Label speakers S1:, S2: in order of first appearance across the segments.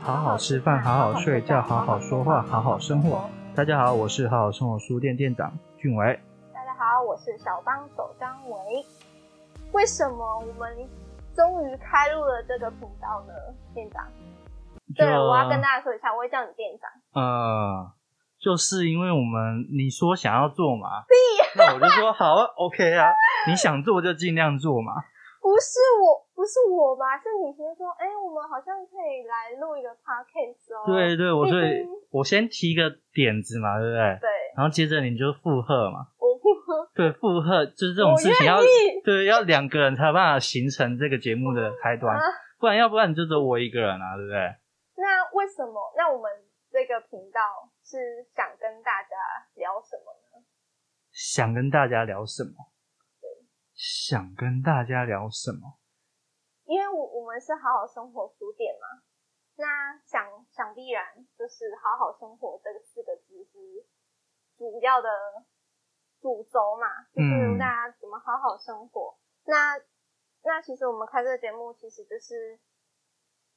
S1: 好好吃饭，好好睡觉，好好说话，好好生活。大家好，我是好好生活书店店长俊伟。
S2: 大家好，我是小帮手张维。为什么我们终于开录了这个频道呢？店长，对了，我要跟大家说一下，我会叫你店长。
S1: 呃，就是因为我们你说想要做嘛，那我就说好 啊，OK 啊，你想做就尽量做嘛。
S2: 不是我，不是我吧？是你先说，哎、我们好像可以来录一个 podcast 哦。
S1: 对对，我所以
S2: 嗯
S1: 我先提个点子嘛，对不对？
S2: 对，
S1: 然后接着你就附和嘛，
S2: 我
S1: 对，附和就是这种事情要
S2: 我愿意
S1: 对要两个人才有办法形成这个节目的开端，
S2: 啊
S1: 不然要不然你就只有我一个人啊，对不对？
S2: 那为什么？那我们这个频道是想跟大家聊什么呢？
S1: 想跟大家聊什么？想跟大家聊什么？
S2: 因为我我们是好好生活书店嘛，那想想必然就是好好生活这四个字是主要的主轴嘛，就是
S1: 嗯
S2: 大家怎么好好生活。那那其实我们开这个节目，其实就是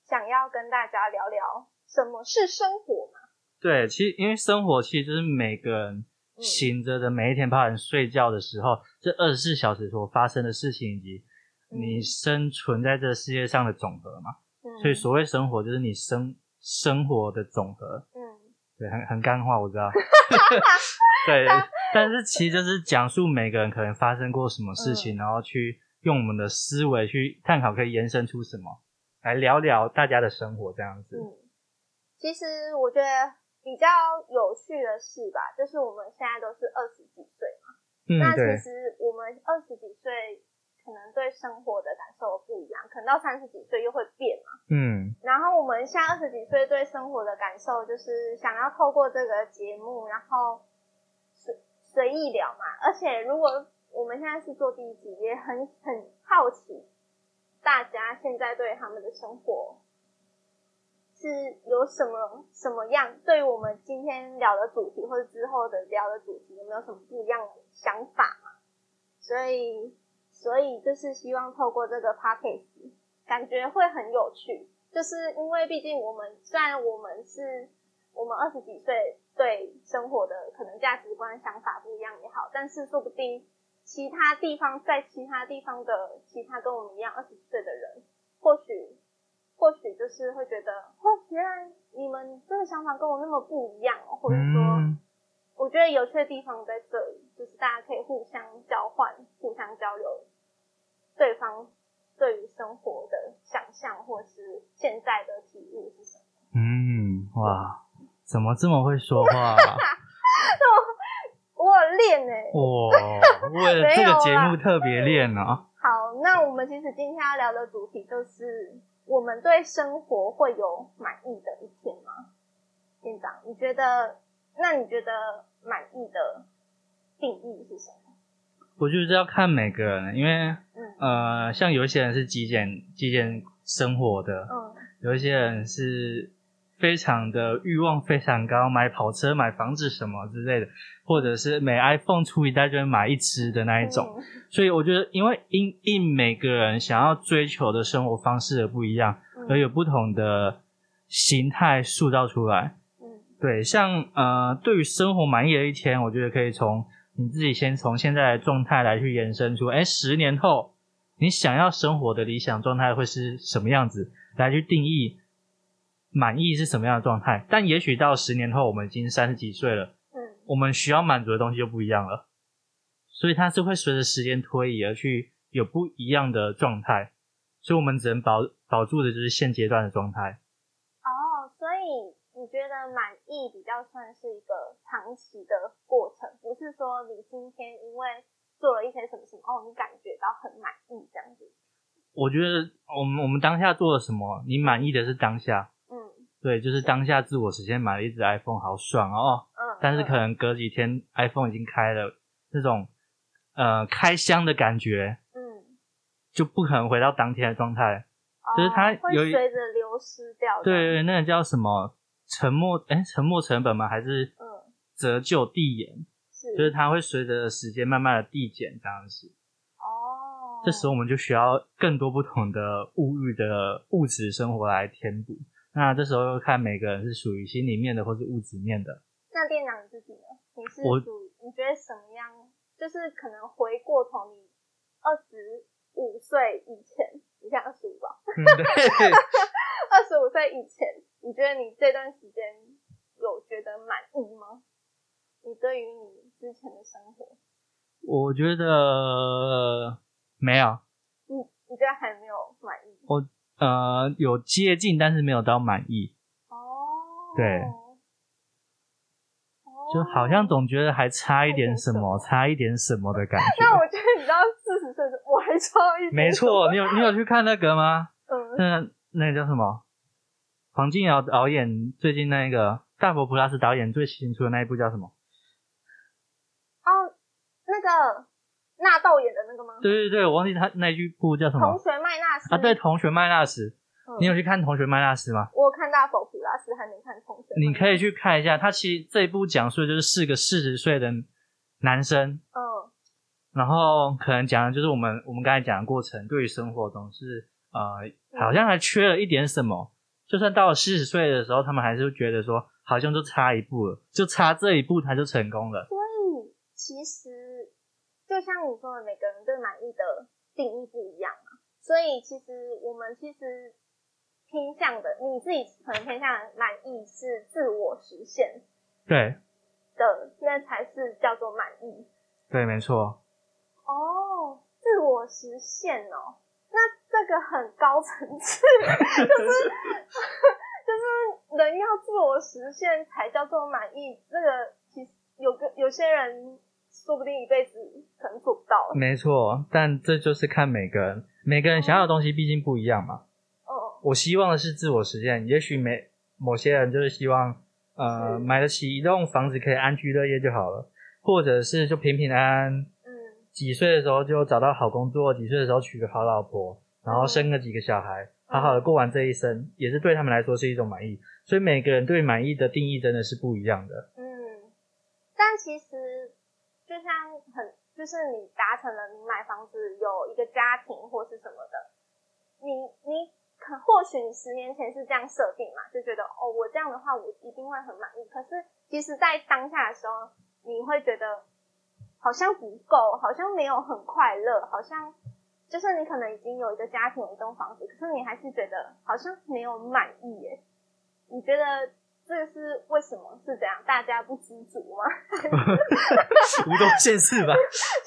S2: 想要跟大家聊聊什么是生活嘛。
S1: 对，其实因为生活其实就是每个人
S2: 嗯
S1: 醒着的每一天，包含睡觉的时候，这二十四小时所发生的事情以及你
S2: 嗯
S1: 生存在这个世界上的总和嘛。
S2: 嗯，
S1: 所以所谓生活就是你生生活的总和。
S2: 嗯，
S1: 对，很很干话，我 知道。对，但是其实就是讲述每个人可能发生过什么事
S2: 嗯
S1: 情，然后去用我们的思维去探讨，可以延伸出什么，来聊聊大家的生活这样子。
S2: 嗯，其实我觉得比较有趣的事吧，就是我们现在都是二十几岁嘛，
S1: 嗯，
S2: 那
S1: 对
S2: 其，实我们二十几岁可能对生活的感受不一样，可能到三十几岁又会变嘛。
S1: 嗯
S2: 然后我们现在二十几岁对生活的感受，就是想要透过这个节目，然后随随意聊嘛。而且如果我们现在是做第一集，也很很好奇大家现在对他们的生活是有什么什么样，对于我们今天聊的主题或者之后的聊的主题有没有什么不一样的想法嘛？所以，所以就是希望透过这个 p o c a s t 感觉会很有趣，就是因为毕竟我们虽然我们是我们二十几岁对生活的可能价值观想法不一样也好，但是说不定其他地方在其他地方的其他跟我们一样二十几岁的人，或许或许就是会觉得，哦，原来你们这个想法跟我那么不一样、哦，或者说。
S1: 嗯，
S2: 我觉得有趣的地方在这里，就是大家可以互相交换、互相交流对方对于生活的想象，或是现在的体悟是什么。
S1: 嗯，哇，怎么这么会说话、 啊？
S2: 我有练呢、欸
S1: 哇，哦为了这个节目特别练啊！
S2: 好，那我们其实今天要聊的主题就是我们对生活会有满意的一天吗？店长，你觉得？那你觉得满意的定义是什么？
S1: 我就是要看每个人，因为
S2: 嗯
S1: 呃，像有一些人是极简极简生活的，
S2: 嗯
S1: 有一些人是非常的欲望非常高，买跑车、买房子什么之类的，或者是每 iPhone 出一代就会买一只的那一种。，
S2: 嗯
S1: 所以我觉得，因为因应每个人想要追求的生活方式的不一样，
S2: 嗯
S1: 而有不同的形态塑造出来。
S2: 嗯
S1: 对，像呃，对于生活满意的一天，我觉得可以从你自己先从现在的状态来去延伸出，哎，十年后你想要生活的理想状态会是什么样子，来去定义满意是什么样的状态。但也许到十年后，我们已经三十几岁了，
S2: 嗯
S1: 我们需要满足的东西就不一样了，所以它是会随着时间推移而去有不一样的状态，所以我们只能保保住的就是现阶段的状态。
S2: 哦，所以你觉得满意比较算是一个长期的过程，不是说你今天因为做了一些什么什么，哦，你感觉到很满意这样子。
S1: 我觉得我们我们当下做了什么，你满意的是当下，
S2: 嗯
S1: 对，就是当下自我实现，买了一只 iPhone，好爽哦！
S2: 嗯。
S1: 但是
S2: 嗯
S1: 可能隔几天 iPhone 已经开了，那种呃开箱的感觉
S2: 嗯，
S1: 就不可能回到当天的状态。就是
S2: 哦
S1: 它
S2: 会
S1: 有一
S2: 随着流失掉的。
S1: 对对，对那个叫什么沉没？哎，沉没成本吗？还是
S2: 嗯，
S1: 折旧递延？
S2: 是。
S1: 就是它会随着时间慢慢的递减这样子。
S2: 哦，
S1: 这时候我们就需要更多不同的物欲的物质生活来填补。那这时候又看每个人是属于心里面的或是物质面的。
S2: 那店长你自己呢？你是
S1: 我
S2: 属你觉得什么样？就是可能回过头，你二十五岁以前，你现在二十五吧，
S1: 嗯， 对，
S2: 二十五岁以前，你觉得你这段时间有觉得满意吗？你对于你之前的生活，
S1: 我觉得没有，
S2: 你你觉得还没有满意？
S1: 呃，有接近，但是没有到满意，
S2: 哦，
S1: 对，就好像总觉得还差一点什么，差一点什么的感
S2: 哦那
S1: 觉。
S2: 我觉得你知道四十岁的时候我还超一点
S1: 没错，你有你有去看那个吗？
S2: 嗯，
S1: 那那个叫什么？黄敬尧导演最近那个大佛普拉斯导演最新出的那一部叫什么？
S2: 哦，那个纳豆演的那个吗？
S1: 对对对，我忘记他那一部叫什
S2: 同
S1: 么
S2: 学麦纳斯
S1: 啊？对，，同学麦纳斯，
S2: 嗯
S1: 你有去看同学麦纳斯吗？
S2: 我有看大否普拉斯，还没看同学麦纳斯。
S1: 你可以去看一下，他其实这一部讲述的就是四个四十岁的男生，
S2: 嗯
S1: 然后可能讲的就是我们我们刚才讲的过程，对于生活总是呃
S2: 嗯
S1: 好像还缺了一点什么，就算到了四十岁的时候，他们还是觉得说好像就差一步了，就差这一步他就成功了。
S2: 所以其实就像你说的，每个人对满意的定义不一样嘛。所以其实我们其实偏向的，你自己可能偏向的满意是自我实现
S1: 对
S2: 的，那才是叫做满意。
S1: 对，没错。
S2: 哦，自我实现哦，那这个很高层次，就是 就是人要自我实现才叫做满意。这个其实有个有些人说不定一辈子可能做不到。嗯
S1: 没错，但这就是看每个人，每个人想要的东西毕竟不一样嘛。
S2: 嗯
S1: 我希望的是自我实现，也许没某些人就是希望，呃，
S2: 是
S1: 买得起一栋房子可以安居乐业就好了，或者是就平平安安，
S2: 嗯，
S1: 几岁的时候就找到好工作，几岁的时候娶个好老婆，然后生个几个小孩，好好的过完这一生，也是对他们来说是一种满意。所以每个人对满意的定义真的是不一样的。
S2: 嗯，但其实就像很，就是你达成了你买房子有一个家庭或是什么的，你你可或许你十年前是这样设定嘛，就觉得哦，我这样的话我一定会很满意。可是其实，在当下的时候，你会觉得好像不够，好像没有很快乐，好像。就是你可能已经有一个家庭，有一栋房子，可是你还是觉得好像没有满意耶。你觉得这是为什么是这样？大家不知足吗？
S1: 无中见事吧，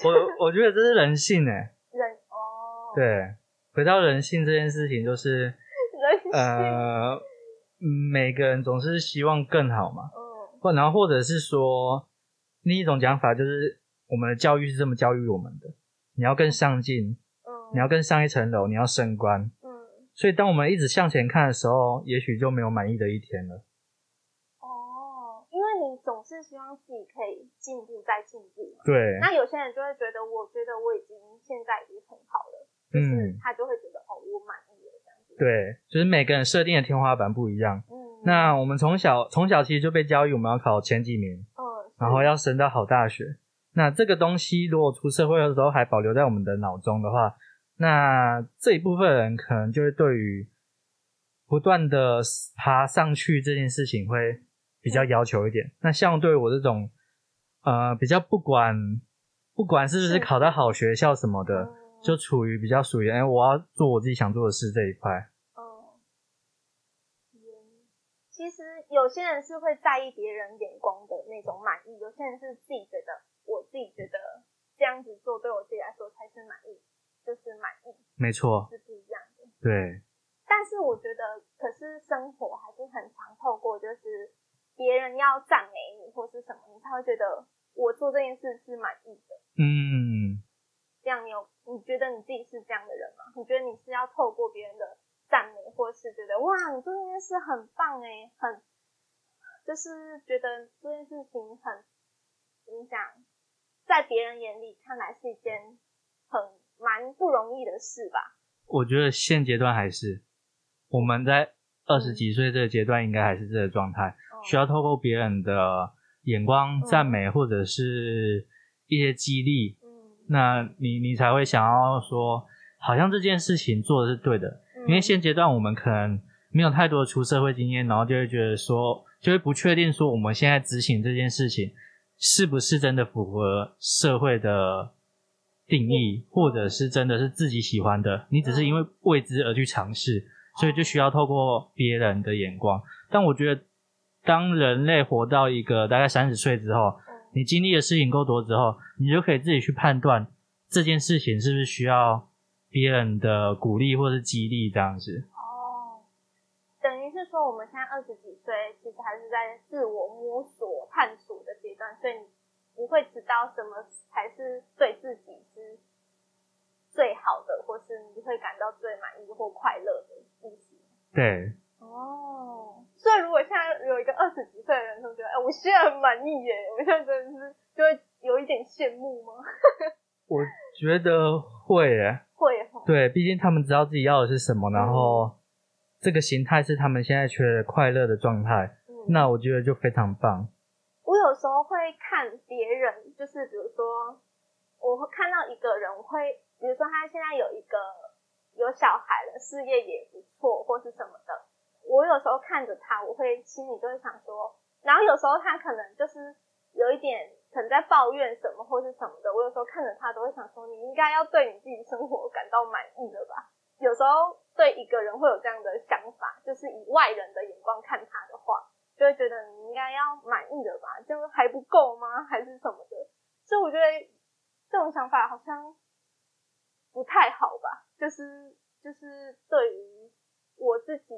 S1: 我我觉得这是人性哎、
S2: 人哦，
S1: 对，回到人性这件事情，就是
S2: 人性，
S1: 呃，每个人总是希望更好嘛，
S2: 嗯
S1: 或然后或者是说，另一种讲法就是我们的教育是这么教育我们的，你要更上进，
S2: 嗯，
S1: 你要更上一层楼，你要升官。
S2: 嗯
S1: 所以当我们一直向前看的时候，也许就没有满意的一天了。
S2: 哦，因为你总是希望自己可以进步再进步嘛。
S1: 对，
S2: 那有些人就会觉得，我觉得我已经现在已经很好了，就是
S1: 嗯
S2: 他就会觉得哦，我满意了这样子。
S1: 对，就是每个人设定的天花板不一样。
S2: 嗯，
S1: 那我们从小从小其实就被教育，我们要考前几名，
S2: 嗯，
S1: 然后要升到好大学。那这个东西如果出社会的时候还保留在我们的脑中的话，那这一部分人可能就会对于不断的爬上去这件事情会比较要求一点。那像对我这种呃比较不管不管是不是
S2: 是
S1: 考到好学校什么的，
S2: 嗯
S1: 就处于比较属于哎、我要做我自己想做的事这一块。
S2: 嗯，嗯其实有些人是会在意别人眼光的那种满意，有些人是自己觉得，我自己觉得这样子做对我自己来说才是满意，就是满意
S1: 没错，
S2: 是不一样的。
S1: 对，
S2: 但是我觉得，可是生活还是很常透过就是别人要赞美你或是什么，你才会觉得我做这件事是满意的。
S1: 嗯，
S2: 这样你有你觉得你自己是这样的人吗？你觉得你是要透过别人的赞美，或是觉得哇，你做这件事很棒哎、很就是觉得这件事情很怎么讲，在别人眼里看来是一件很蛮不容易的事吧？
S1: 我觉得现阶段还是我们在二十几岁这个阶段，应该还是这个状态，
S2: 嗯
S1: 需要透过别人的眼光、
S2: 嗯
S1: 赞美或者是一些激励，
S2: 嗯，
S1: 那你你
S2: 嗯
S1: 才会想要说，好像这件事情做的是对的。因为现阶段我们可能没有太多的出社会经验，然后就会觉得说，就会不确定说我们现在执行这件事情是不是真的符合社会的定义，或者是真的是自己喜欢的。你只是因为未知而去尝试，所以就需要透过别人的眼光。但我觉得，当人类活到一个大概三十岁之后，
S2: 嗯
S1: 你经历的事情够多之后，你就可以自己去判断这件事情是不是需要别人的鼓励或是激励这样子。
S2: 哦，等于是说我们现在二十几岁，其实还是在自我摸索、探索的阶段，所以你不会知道什么才是对自己是最好的，或是你会感到最满意或快乐的意思。
S1: 对，
S2: 哦，所以如果现在有一个二十几岁的人，他们觉得，哎、我现在很满意耶，我现在真的是就会有一点羡慕吗？
S1: 我觉得会耶。
S2: 会哦哈，
S1: 对，毕竟他们知道自己要的是什么，然后这个形态是他们现在缺的快乐的状态，
S2: 嗯
S1: 那我觉得就非常棒。
S2: 我有时候会看别人，就是比如说，我会看到一个人，我会比如说他现在有一个有小孩了，事业也不错，或是什么的，我有时候看着他，我会心里就会想说，然后有时候他可能就是有一点可能在抱怨什么或是什么的，我有时候看着他都会想说，你应该要对你自己生活感到满意了吧？有时候对一个人会有这样的想法，就是以外人的眼光看他的话，就会觉得你应该要满意了吧？这样还不够吗？还是什么的？所以我觉得这种想法好像不太好吧。就是就是对于我自己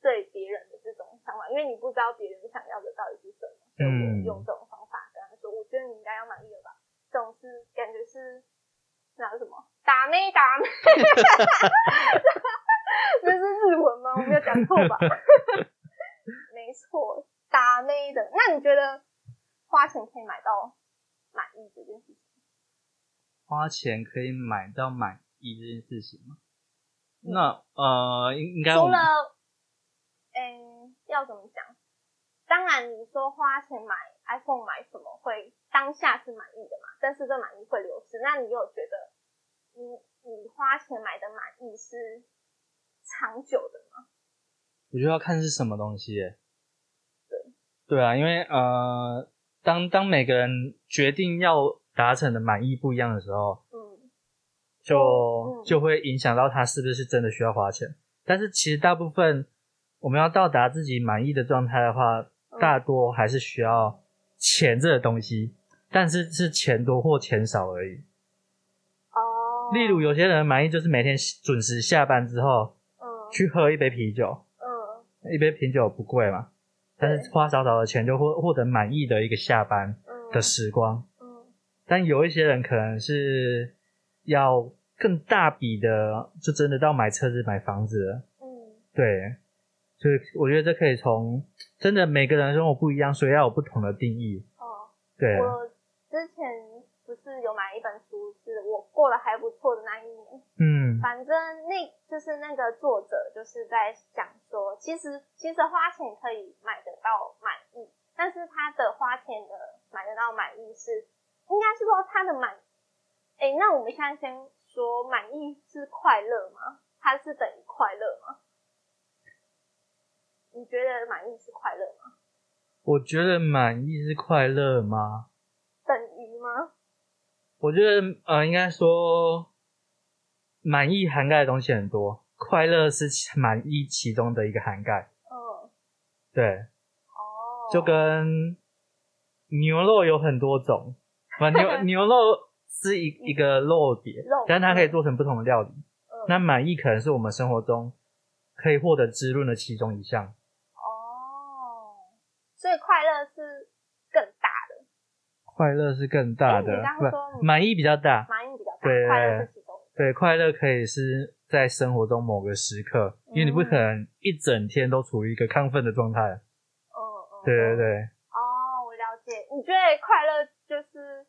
S2: 对别人的这种想法，因为你不知道别人想要的到底是什么，所以我
S1: 嗯
S2: 用这种方法跟他说，我觉得你应该要满意了吧？这种是感觉是那叫什么打妹打妹， 那是日文吗？我没有讲错吧？没错，打妹的。那你觉得花钱可以买到满意这件事情？
S1: 花钱可以买到满意这件事情吗？那呃，应应该我
S2: 除
S1: 们
S2: 了，嗯，要怎么讲？当然，你说花钱买 iPhone 买什么会当下是满意的嘛？但是这满意会流失。那你有觉得你你花钱买的满意是长久的吗？
S1: 我觉得要看是什么东西耶。
S2: 对
S1: 对啊，因为呃，当当每个人决定要达成的满意不一样的时候，
S2: 嗯，
S1: 就、
S2: 嗯
S1: 就会影响到他是不是真的需要花钱。但是其实大部分我们要到达自己满意的状态的话，
S2: 嗯
S1: 大多还是需要钱这个东西，但是是钱多或钱少而已。
S2: 哦，
S1: 例如，有些人的满意就是每天准时下班之后
S2: 嗯
S1: 去喝一杯啤酒，
S2: 嗯
S1: 一杯啤酒不贵嘛，但是花少少的钱就获获得满意的一个下班
S2: 嗯
S1: 的时光。
S2: 嗯
S1: 但有一些人可能是要更大笔的，就真的到买车子、买房子了。
S2: 嗯
S1: 对，所以我觉得这可以从真的每个人生活不一样，所以要有不同的定义。
S2: 哦。
S1: 对，
S2: 我之前不是有买一本书，是我过得还不错的那一年，
S1: 嗯
S2: 反正那就是那个作者就是在讲说，其实其实花钱可以买得到满意，但是他的花钱的买得到满意是，应该是说他的满，哎、那我们现在先说满意是快乐吗？它是等于快乐吗？你觉得满意是快乐吗？
S1: 我觉得满意是快乐吗？
S2: 等于吗？
S1: 我觉得呃，应该说满意涵盖的东西很多，快乐是其满意其中的一个涵盖。
S2: 嗯，
S1: 对，
S2: 哦，
S1: 就跟牛肉有很多种，不 牛牛肉是一一个肉别
S2: 嗯肉，
S1: 但是它可以做成不同的料理。
S2: 嗯
S1: 那满意可能是我们生活中可以获得滋润的其中一项。
S2: 哦，所以快乐是更大的，
S1: 快乐是更大
S2: 诶
S1: 的
S2: 哎你刚，刚说
S1: 不，满意比较大。
S2: 满意比较大，
S1: 对
S2: 快乐是其中一个。
S1: 对，快乐可以是在生活中某个时刻，因为你不可能一整天都处于一个亢奋的状态。
S2: 嗯，嗯
S1: 对对。对，
S2: 哦，我了解。你觉得快乐就是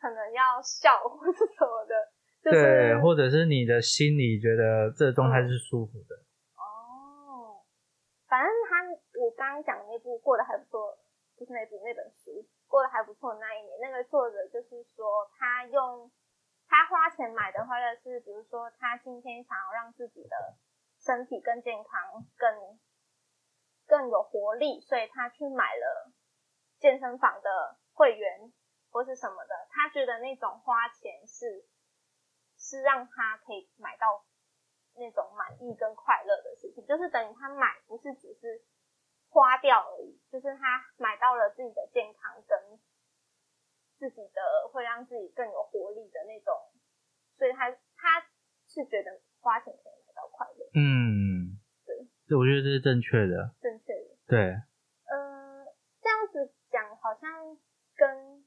S2: 可能要笑或是什么的，就是
S1: 对，或者是你的心里觉得这个状态是舒服的。
S2: 哦，反正他我刚刚讲的那部过得还不错，不是那部那本书过得还不错的那一年，那个作者就是说他用他花钱买的快乐是，比如说他今天想要让自己的身体更健康、更更有活力，所以他去买了健身房的会员或是什么的。他觉得那种花钱是是让他可以买到那种满意跟快乐的事情，就是等于他买不是只是花掉而已，就是他买到了自己的健康跟自己的会让自己更有活力的那种，所以他他是觉得花钱可以买到快乐，
S1: 嗯，
S2: 对，
S1: 这我觉得这是正确的，
S2: 正确的。
S1: 对，
S2: 嗯，这样子讲好像跟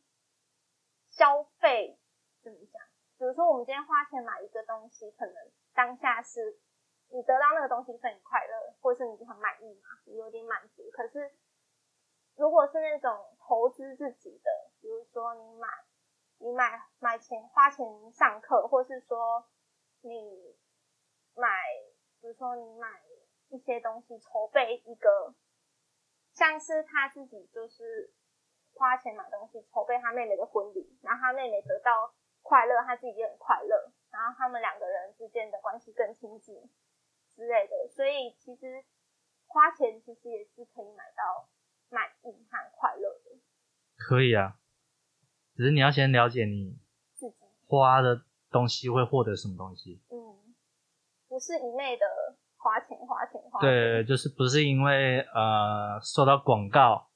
S2: 消费怎么讲？比如说我们今天花钱买一个东西，可能当下是你得到那个东西是很快乐，或是你很满意嘛，你有点满足。可是如果是那种投资自己的，比如说你买你买买钱花钱上课，或是说你买，比如说你买一些东西筹备一个像是他自己就是花钱买东西筹备他妹妹的婚礼，然后他妹妹得到快乐，他自己也很快乐，然后他们两个人之间的关系更亲近之类的。所以其实花钱其实也是可以买到满意和快乐的
S1: 可以啊，只是你要先了解你
S2: 自己。
S1: 花的东西会获得什么东西。
S2: 嗯，不是一昧的花钱花钱花钱。
S1: 对，就是不是因为呃受到广 告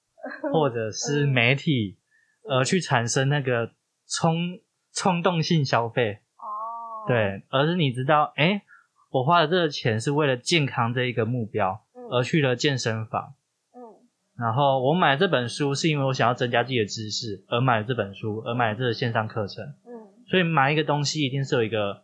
S1: 或者是媒体
S2: 嗯
S1: 而去产生那个冲冲动性消费，
S2: 哦，，
S1: 对，而是你知道，哎，我花的这个钱是为了健康这一个目标
S2: 嗯
S1: 而去了健身房，
S2: 嗯
S1: 然后我买这本书是因为我想要增加自己的知识而买了这本书，而买了这个线上课程，
S2: 嗯
S1: 所以买一个东西一定是有一个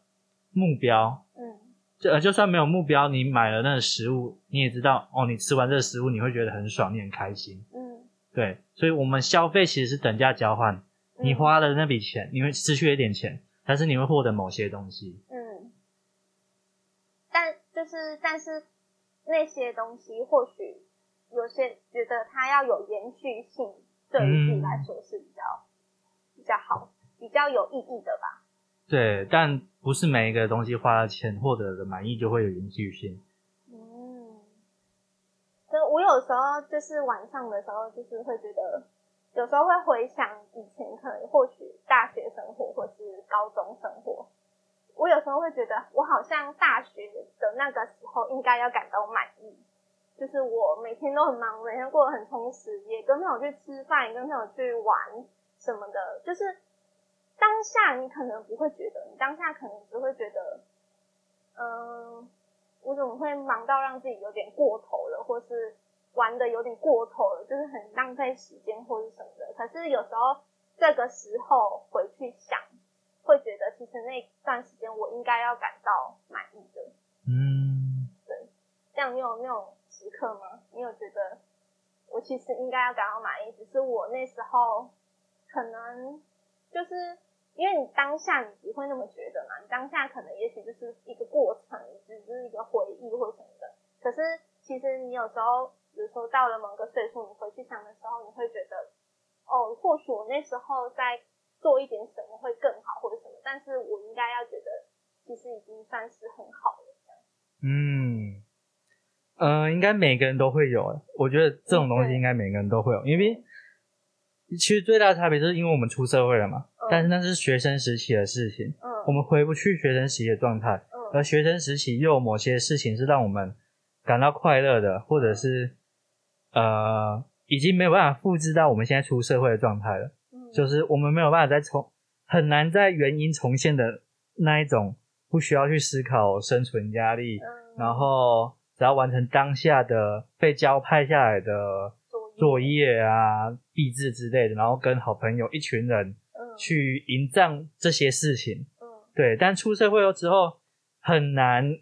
S1: 目标，
S2: 嗯
S1: 就呃，就算没有目标，你买了那个食物，你也知道哦，你吃完这个食物你会觉得很爽，你很开心。
S2: 嗯，
S1: 对，所以我们消费其实是等价交换，你
S2: 嗯，
S1: 花了那笔钱，你会失去一点钱，但是你会获得某些东西。
S2: 嗯，但就是但是那些东西，或许有些觉得它要有延续性，对于自己来说是比较、比较好、比较有意义的吧。
S1: 对，但不是每一个东西花了钱获得的满意就会有延续性。
S2: 嗯，就我有时候就是晚上的时候，就是会觉得，有时候会回想以前可能或许大学生活或是高中生活，我有时候会觉得，我好像大学的那个时候应该要感到满意，就是我每天都很忙，每天过得很充实，也跟朋友去吃饭，也跟朋友去玩什么的，就是当下你可能不会觉得，你当下可能只会觉得，嗯、我怎么会忙到让自己有点过头了，或是玩的有点过头了，就是很浪费时间或是什么的。可是有时候这个时候回去想，会觉得其实那段时间我应该要感到满意的。
S1: 嗯，
S2: 这样你有那种时刻吗？你有觉得我其实应该要感到满意，只是我那时候可能就是因为你当下你不会那么觉得嘛，你当下可能也许就是一个过程，只是一个回忆或什么的。可是其实你有时候，比如说到了某个岁数，你回去想的时候，你会觉得，哦，或许我那时候在做一点什么会更好，或者什么，但是我应该要觉得，其实已经算是很好了。
S1: 嗯，呃，应该每个人都会有。我觉得这种东西
S2: 对
S1: 应该每个人都会有，因为其实最大的差别就是因为我们出社会了嘛，
S2: 嗯
S1: 但是那是学生时期的事情，
S2: 嗯
S1: 我们回不去学生时期的状态，
S2: 嗯
S1: 而学生时期又有某些事情是让我们感到快乐的，或者是呃，已经没有办法复制到我们现在出社会的状态了。
S2: 嗯，
S1: 就是我们没有办法再重，很难在原因重现的那一种，不需要去思考生存压力，
S2: 嗯，
S1: 然后只要完成当下的被交派下来的
S2: 嗯
S1: 作业啊、毕制之类的，然后跟好朋友一群人
S2: 嗯
S1: 去迎战这些事情。
S2: 嗯
S1: 对，但出社会了之后，很难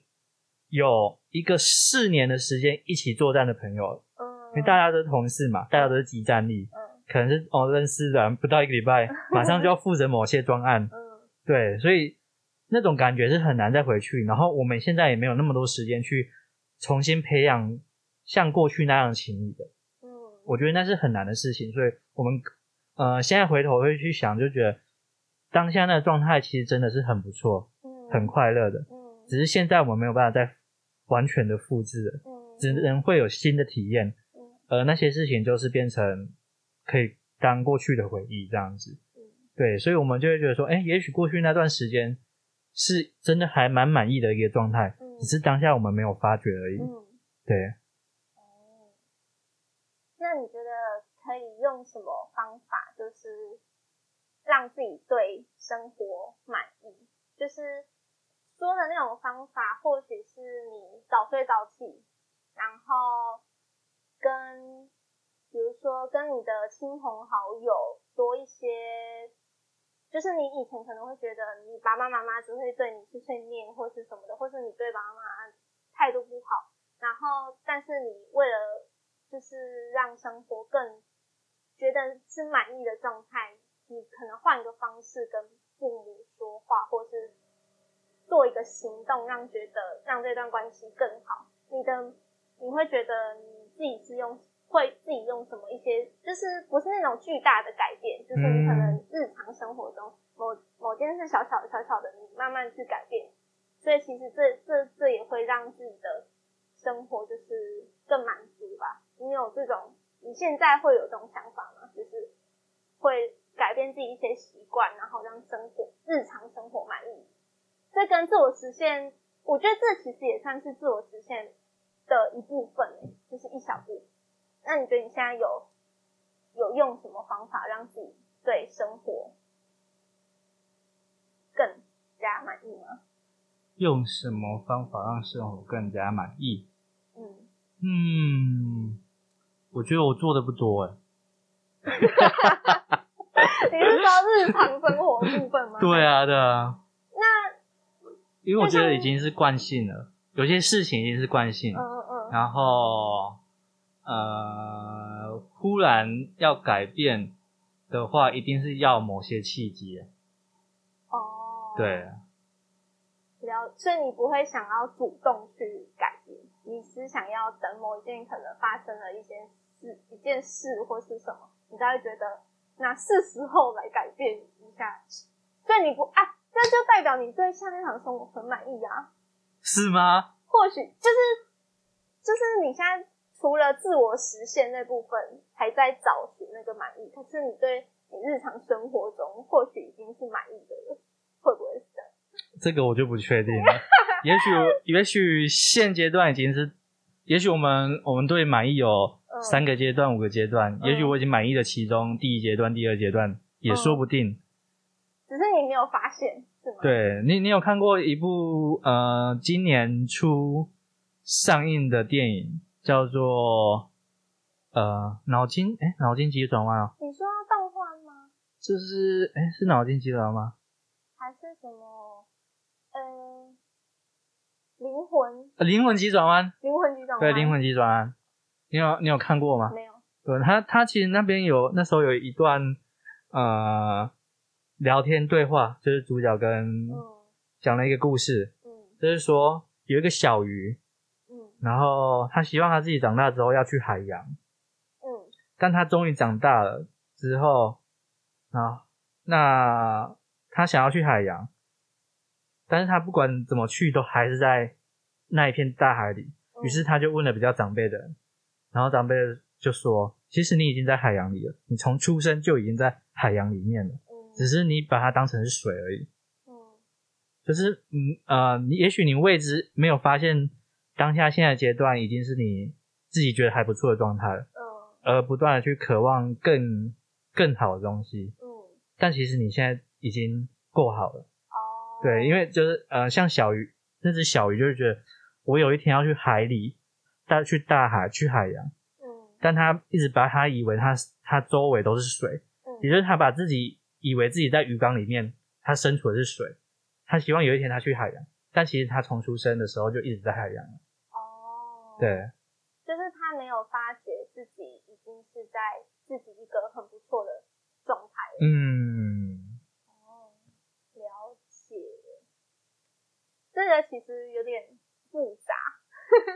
S1: 有一个四年的时间一起作战的朋友，
S2: 嗯，
S1: 因为大家都是同事嘛，大家都是集战力。
S2: 嗯
S1: 可能是哦认识的不到一个礼拜，马上就要负责某些专案，
S2: 嗯
S1: 对，所以那种感觉是很难再回去。然后我们现在也没有那么多时间去重新培养像过去那样情谊的，
S2: 嗯，
S1: 我觉得那是很难的事情。所以我们呃现在回头会去想，就觉得当下那个状态其实真的是很不错、
S2: 嗯
S1: 很快乐的，
S2: 嗯
S1: 只是现在我们没有办法再完全的复制了，
S2: 嗯，
S1: 只能会有新的体验
S2: 嗯，
S1: 而呃那些事情就是变成可以当过去的回忆这样子
S2: 嗯。
S1: 对，所以我们就会觉得说，哎、也许过去那段时间是真的还蛮满意的一个状态，
S2: 嗯
S1: 只是当下我们没有发觉而已。
S2: 嗯，
S1: 对，
S2: 哦，那你觉得可以用什么方法，就是让自己对生活满意？就是说的那种方法，或许是你早睡早起，然后跟比如说跟你的亲朋好友多一些。就是你以前可能会觉得你爸爸妈妈只会对你碎碎念或是什么的，或是你对爸爸妈妈态度不好，然后，但是你为了就是让生活更觉得是满意的状态，你可能换一个方式跟父母说话，或是做一个行动，让觉得让这段关系更好。你的你会觉得你自己是用会自己用什么一些，就是不是那种巨大的改变，就是你可能日常生活中某某件事小小的小小的，你慢慢去改变。所以其实这这这也会让自己的生活就是更满足吧。你有这种，你现在会有这种想法吗？就是会改变自己一些习惯，然后让生活日常生活满意。这跟自我实现，我觉得这其实也算是自我实现的一部分、欸就是一小步。那你觉得你现在有有用什么方法让自己对生活更加满意吗？
S1: 用什么方法让生活更加满意？
S2: 嗯，
S1: 嗯，我觉得我做的不多哎、
S2: 你是说日常生活部分 吗？
S1: 对啊，对啊。那因为我觉
S2: 那
S1: 得
S2: 像
S1: 已经是惯性了，有些事情已经是惯性
S2: 嗯，
S1: 了。
S2: 嗯嗯
S1: 然后呃，忽然要改变的话，一定是要某些契机。
S2: 哦，
S1: 对，
S2: 了，所以你不会想要主动去改变，你是想要等某一件可能发生了一件事、一件事或是什么，你才会觉得那是时候来改变一下。所以你不啊，那就代表你对下半场生活很满意啊。
S1: 是吗？
S2: 或许就是就是你现在除了自我实现那部分还在找寻那个满意，可是你对你日常生活中或许已经是满意的了，会不会是这样？
S1: 这个我就不确定了。也 许，也许现阶段已经是，也许我们我们对满意有
S2: 嗯
S1: 三个阶段、五个阶段，也许
S2: 嗯
S1: 我已经满意了其中第一阶段、第二阶段，也说不定。
S2: 只是你没有发现，是吗？
S1: 对你，你有看过一部呃今年初上映的电影，叫做呃脑筋哎脑筋急转弯啊、哦，
S2: 你说要动画吗？
S1: 这是哎是脑筋急转弯吗？
S2: 还是什么？嗯，灵魂
S1: 呃灵魂急转弯，
S2: 灵魂局长
S1: 对灵魂急转弯，你有你有看过吗？
S2: 没有？
S1: 对，他他其实那边有那时候有一段呃聊天对话，就是主角跟
S2: 嗯
S1: 讲了一个故事，
S2: 嗯
S1: 就是说有一个小鱼，
S2: 嗯
S1: 然后他希望他自己长大之后要去海洋。
S2: 嗯
S1: 但他终于长大了之后，啊，那他想要去海洋，但是他不管怎么去，都还是在那一片大海里。
S2: 嗯，
S1: 于是他就问了比较长辈的人，然后长辈就说：“其实你已经在海洋里了，你从出生就已经在海洋里面了，
S2: 嗯
S1: 只是你把它当成是水而已。
S2: 嗯
S1: 就是嗯呃，你也许你未知没有发现，当下现在阶段已经是你自己觉得还不错的状态了。”
S2: 嗯
S1: 而不断的去渴望更更好的东西，
S2: 嗯
S1: 但其实你现在已经够好了。
S2: 哦，
S1: 对，因为就是呃，像小鱼那只小鱼，就是觉得我有一天要去海里，大去大海去海洋，
S2: 嗯
S1: 但它一直把它以为它它周围都是水，
S2: 嗯
S1: 也就是它把自己以为自己在鱼缸里面，它身处的是水，它希望有一天它去海洋，但其实它从出生的时候就一直在海洋。
S2: 哦，
S1: 对，
S2: 就是他没有发觉自己已经是在自己一个很不错的状态了。
S1: 嗯。
S2: 哦，了解。这个其实有点复杂，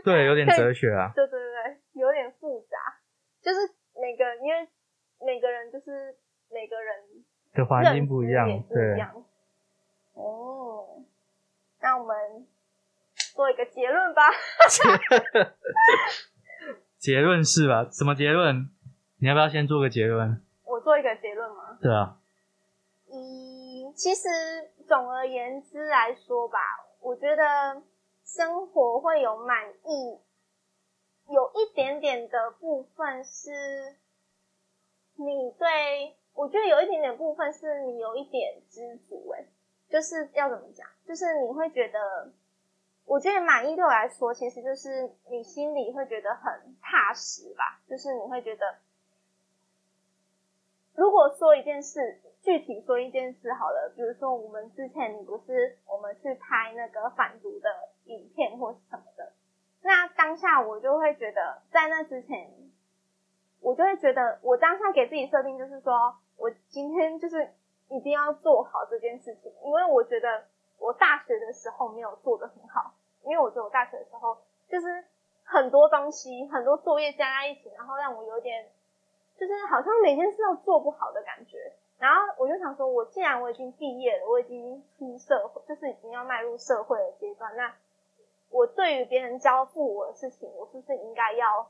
S1: 对，有点哲学啊。
S2: 对对对，有点复杂。就是每个，因为每个人就是每个人
S1: 的环境不一样
S2: 认知也，不一
S1: 对，
S2: 样。哦，那我们做一个个结论吧。
S1: 结论是吧？什么结论？你要不要先做个结论？
S2: 我做一个结论吗？
S1: 对啊，
S2: 嗯，其实总而言之来说吧，我觉得生活会有满意，有一点点的部分是你对，我觉得有一点点部分是你有一点知足、欸，哎，就是要怎么讲，就是你会觉得，我觉得满意对我来说，其实就是你心里会觉得很踏实吧，就是你会觉得。如果说一件事，具体说一件事好了，比如说我们之前你不是我们去拍那个反毒的影片或是什么的，那当下我就会觉得，在那之前，我就会觉得我当下给自己设定就是说我今天就是一定要做好这件事情，因为我觉得我大学的时候没有做的很好，因为我觉得我大学的时候就是很多东西很多作业加在一起，然后让我有点。就是好像每件事都做不好的感觉。然后我就想说，我既然我已经毕业了，我已经出社会，就是已经要迈入社会的阶段，那我对于别人交付我的事情，我是不是应该要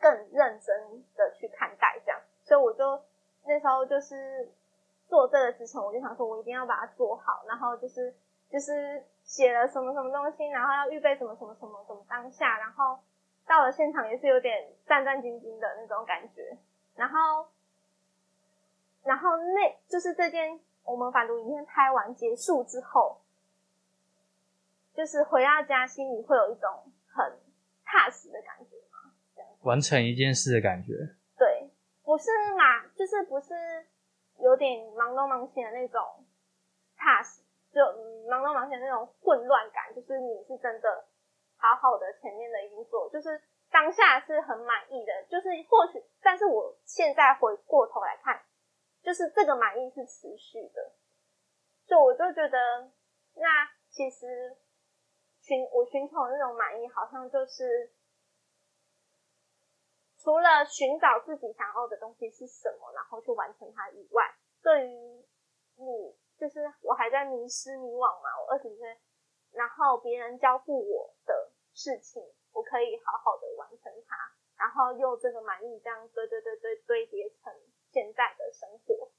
S2: 更认真的去看待？这样，所以我就那时候就是做这个之前，我就想说，我一定要把它做好。然后就是就是写了什么什么东西，然后要预备什么什么什么什么当下，然后到了现场也是有点战战兢兢的那种感觉。然后，然后那就是这件我们反毒影片拍完结束之后，就是回到家心里会有一种很踏实的感觉嘛。这样
S1: 完成一件事的感觉。
S2: 对，不是嘛，就是不是有点忙东忙西的那种踏实，就、嗯忙东忙西的那种混乱感，就是你是真的好好的前面的已经做，就是当下是很满意的，就是或许，但是我现在回过头来看，就是这个满意是持续的，所以我就觉得，那其实寻我寻求的那种满意，好像就是除了寻找自己想要的东西是什么，然后去完成它以外，对于你，就是我还在迷失迷惘嘛，我二十岁，然后别人交付我的事情，我可以好好的完成它，然后又这个满意这样堆堆堆堆堆叠成现在的生活，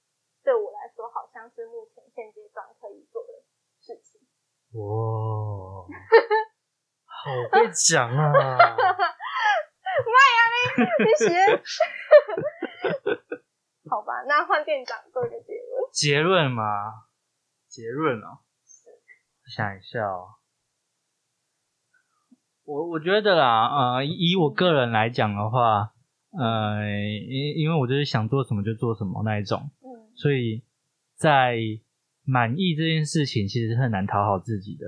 S2: 对我来说好像是目前现阶段可以做的事情。
S1: 哇， 好会讲啊！
S2: 谢谢。 好吧，那换店长做一个结 论。
S1: 结论吗？结论哦，想一下哦。我我觉得啦，呃，以我个人来讲的话，呃，因因为我就是想做什么就做什么那一种，
S2: 嗯
S1: 所以在满意这件事情其实是很难讨好自己的。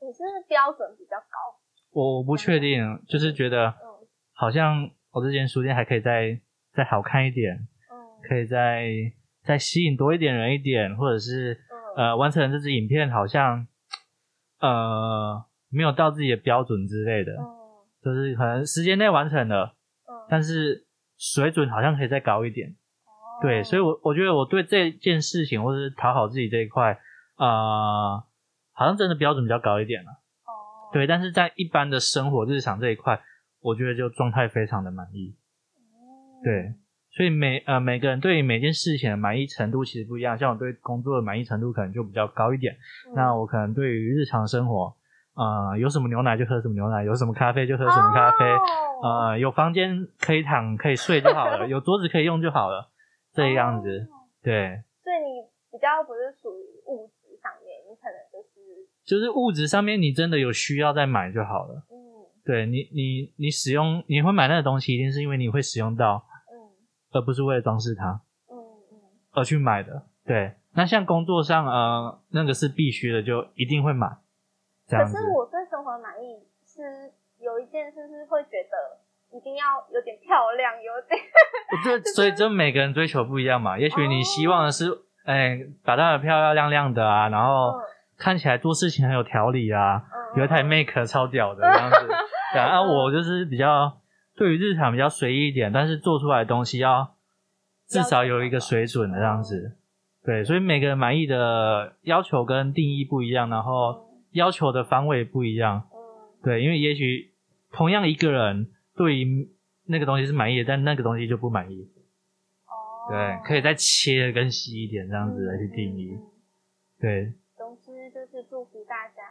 S2: 你是不是标准比较高？
S1: 我我不确定，就是觉得
S2: 嗯
S1: 好像我这间书店还可以再再好看一点，
S2: 嗯
S1: 可以再再吸引多一点人一点，或者是
S2: 嗯
S1: 呃完成这支影片好像呃没有到自己的标准之类的，
S2: 嗯
S1: 就是可能时间内完成了，
S2: 嗯，
S1: 但是水准好像可以再高一点。
S2: 哦
S1: 对，所以我我觉得我对这件事情或者是讨好自己这一块，呃，好像真的标准比较高一点了。
S2: 哦
S1: 对，但是在一般的生活日常这一块，我觉得就状态非常的满意。
S2: 嗯
S1: 对所以每呃每个人对于每件事情的满意程度其实不一样，像我对工作的满意程度可能就比较高一点，
S2: 嗯
S1: 那我可能对于日常生活，呃，有什么牛奶就喝什么牛奶，有什么咖啡就喝什么咖啡，
S2: 哦
S1: 呃，有房间可以躺可以睡就好了，有桌子可以用就好了，这样子，
S2: 哦
S1: 对，
S2: 所以你比较不是属于物质上面，你可能就是
S1: 就是物质上面你真的有需要再买就好了，
S2: 嗯
S1: 对你你你使用你会买那个东西，一定是因为你会使用到，
S2: 嗯
S1: 而不是为了装饰它。
S2: 嗯嗯
S1: 而去买的。对，那像工作上，呃，那个是必须的，就一定会买。这
S2: 可
S1: 样子
S2: 是我对生活的满意是有一件事是会觉得一定要有点漂亮，有点
S1: 这所以这每个人追求不一样
S2: 哦
S1: 嘛。也许你希望的是，哎、打扮的漂漂亮亮的啊，然后看起来做事情很有条理啊，
S2: 嗯
S1: 有一台 Make 超屌的这样 子。对啊，啊
S2: 嗯
S1: 我就是比较对于日常比较随意一点，但是做出来的东西要至少有一个水准的这样子。对，所以每个人满意的要求跟定义不一样，然后
S2: 嗯
S1: 要求的方位不一样。
S2: 嗯，
S1: 对，因为也许同样一个人对于那个东西是满意的，但那个东西就不满意。
S2: 哦，
S1: 对，可以再切的更细一点，这
S2: 这
S1: 样子来去定义。
S2: 嗯
S1: 对，
S2: 总之就是祝福大家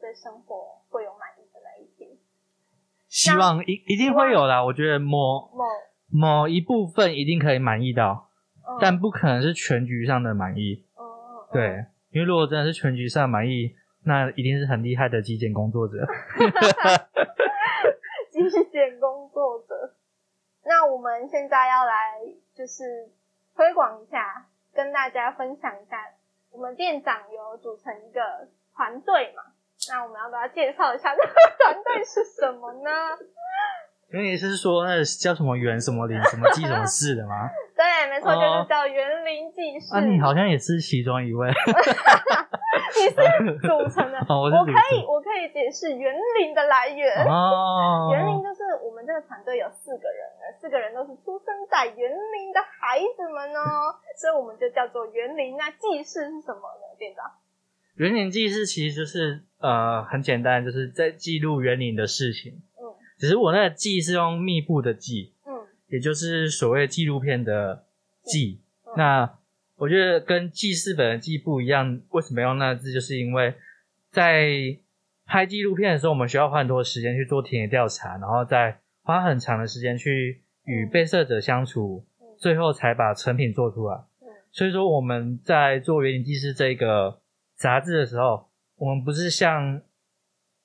S2: 对生活会有满意的那一天。
S1: 希望一一定会有啦。我觉得某
S2: 某，
S1: 某一部分一定可以满意到，
S2: 嗯、
S1: 但不可能是全局上的满意。
S2: 嗯嗯，嗯，
S1: 对， 因为如果真的是全局上满意，那一定是很厉害的极简工作者。
S2: 极简工作者。那我们现在要来就是推广一下，跟大家分享一下，我们店长有组成一个团队嘛？那我们要不要介绍一下这个团队是什么呢？
S1: 因为你是说那叫什么圆什么林什么记什么事的吗？
S2: 对，没错，
S1: 哦
S2: 就是叫园林技 师。
S1: 啊，你好像也是其中一 位。，
S2: 你是组成的
S1: 哦，我是
S2: 我
S1: 主
S2: 可
S1: 持
S2: 以，我可以解释园林的来源。
S1: 人。哦，
S2: 园林就是我们这个团队有四个人呢，四个人都是出生在园林的孩子们哦，所以我们就叫做园林。那记事是什么呢，店长？
S1: 园林记事其实就是呃很简单，就是在记录园林的事情。
S2: 嗯
S1: 只是我那个记是用密布的记，
S2: 嗯
S1: 也就是所谓纪录片的记。
S2: 嗯
S1: 那我觉得跟记事本的记不一样，为什么要用那个字？就是因为在拍纪录片的时候，我们需要花很多时间去做田野调查，然后再花很长的时间去与被摄者相处，
S2: 嗯
S1: 最后才把成品做出来。
S2: 嗯
S1: 所以说我们在做《园林纪事》这个杂志的时候，我们不是像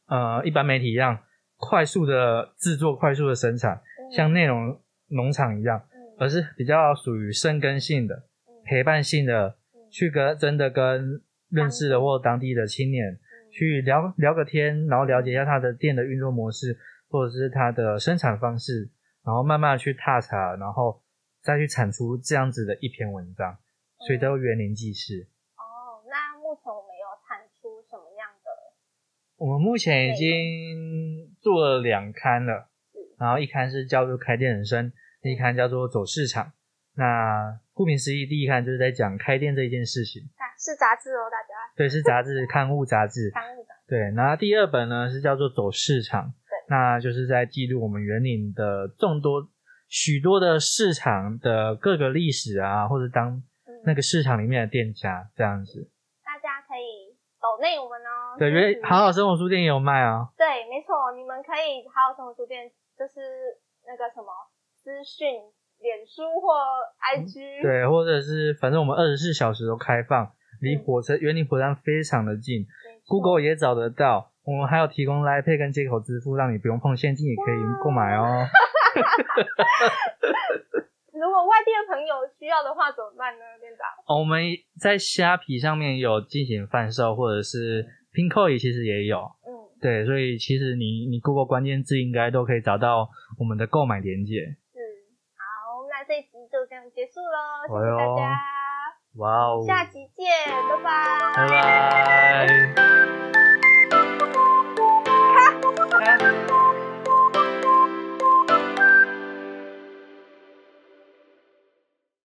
S1: 呃一般媒体一样快速的制作、快速的生产，
S2: 嗯，
S1: 像内容农场一样，
S2: 嗯
S1: 而是比较属于深耕性的、
S2: 嗯
S1: 陪伴性的，去跟真的跟认识的或当地的青年
S2: 嗯
S1: 去聊聊个天，然后了解一下他的店的运作模式，或者是他的生产方式，然后慢慢去踏查，然后再去产出这样子的一篇文章，所以叫园林纪事。
S2: 哦，那目前我们有产出什么样的？
S1: 我们目前已经做了两刊了，然后一刊是叫做《开店人生》，一刊叫做《走市场》。那顾名思义，第一刊就是在讲开店这一件事情，
S2: 啊是杂志哦，大家
S1: 对，是杂志刊物杂 志，
S2: 商务的。
S1: 对。那第二本呢是叫做《走市场》，
S2: 对
S1: 那就是在记录我们园林的众多许多的市场的各个历史啊，或者当
S2: 嗯，
S1: 那个市场里面的店家这样子。
S2: 大家可以抖内我们哦。
S1: 对，因
S2: 支
S1: 为
S2: 持
S1: 好好生活书店也有卖啊，
S2: 对，没错，你们可以还有什么书店，就是那个什么资讯，脸书或 IG，、，
S1: 嗯对，或者是反正我们二十四小时都开放，离
S2: 嗯
S1: 火车园林火车站非常的近，Google 也找得到。我们还有提供 Line Pay 跟接口支付，让你不用碰现金也可以购买哦。
S2: 如果外地的朋友需要的话怎么办呢，店长？
S1: 哦我们在虾皮上面有进行贩售，或者是 Pinko 也其实也有。
S2: 嗯，
S1: 对，所以其实你你 Google 关键字应该都可以找到我们的购买链接。
S2: 是。好，那这一集就这样结束喽，谢
S1: 哎
S2: 谢
S1: 呦
S2: 大家，
S1: 哇哦！
S2: 下集见，拜拜
S1: 拜拜。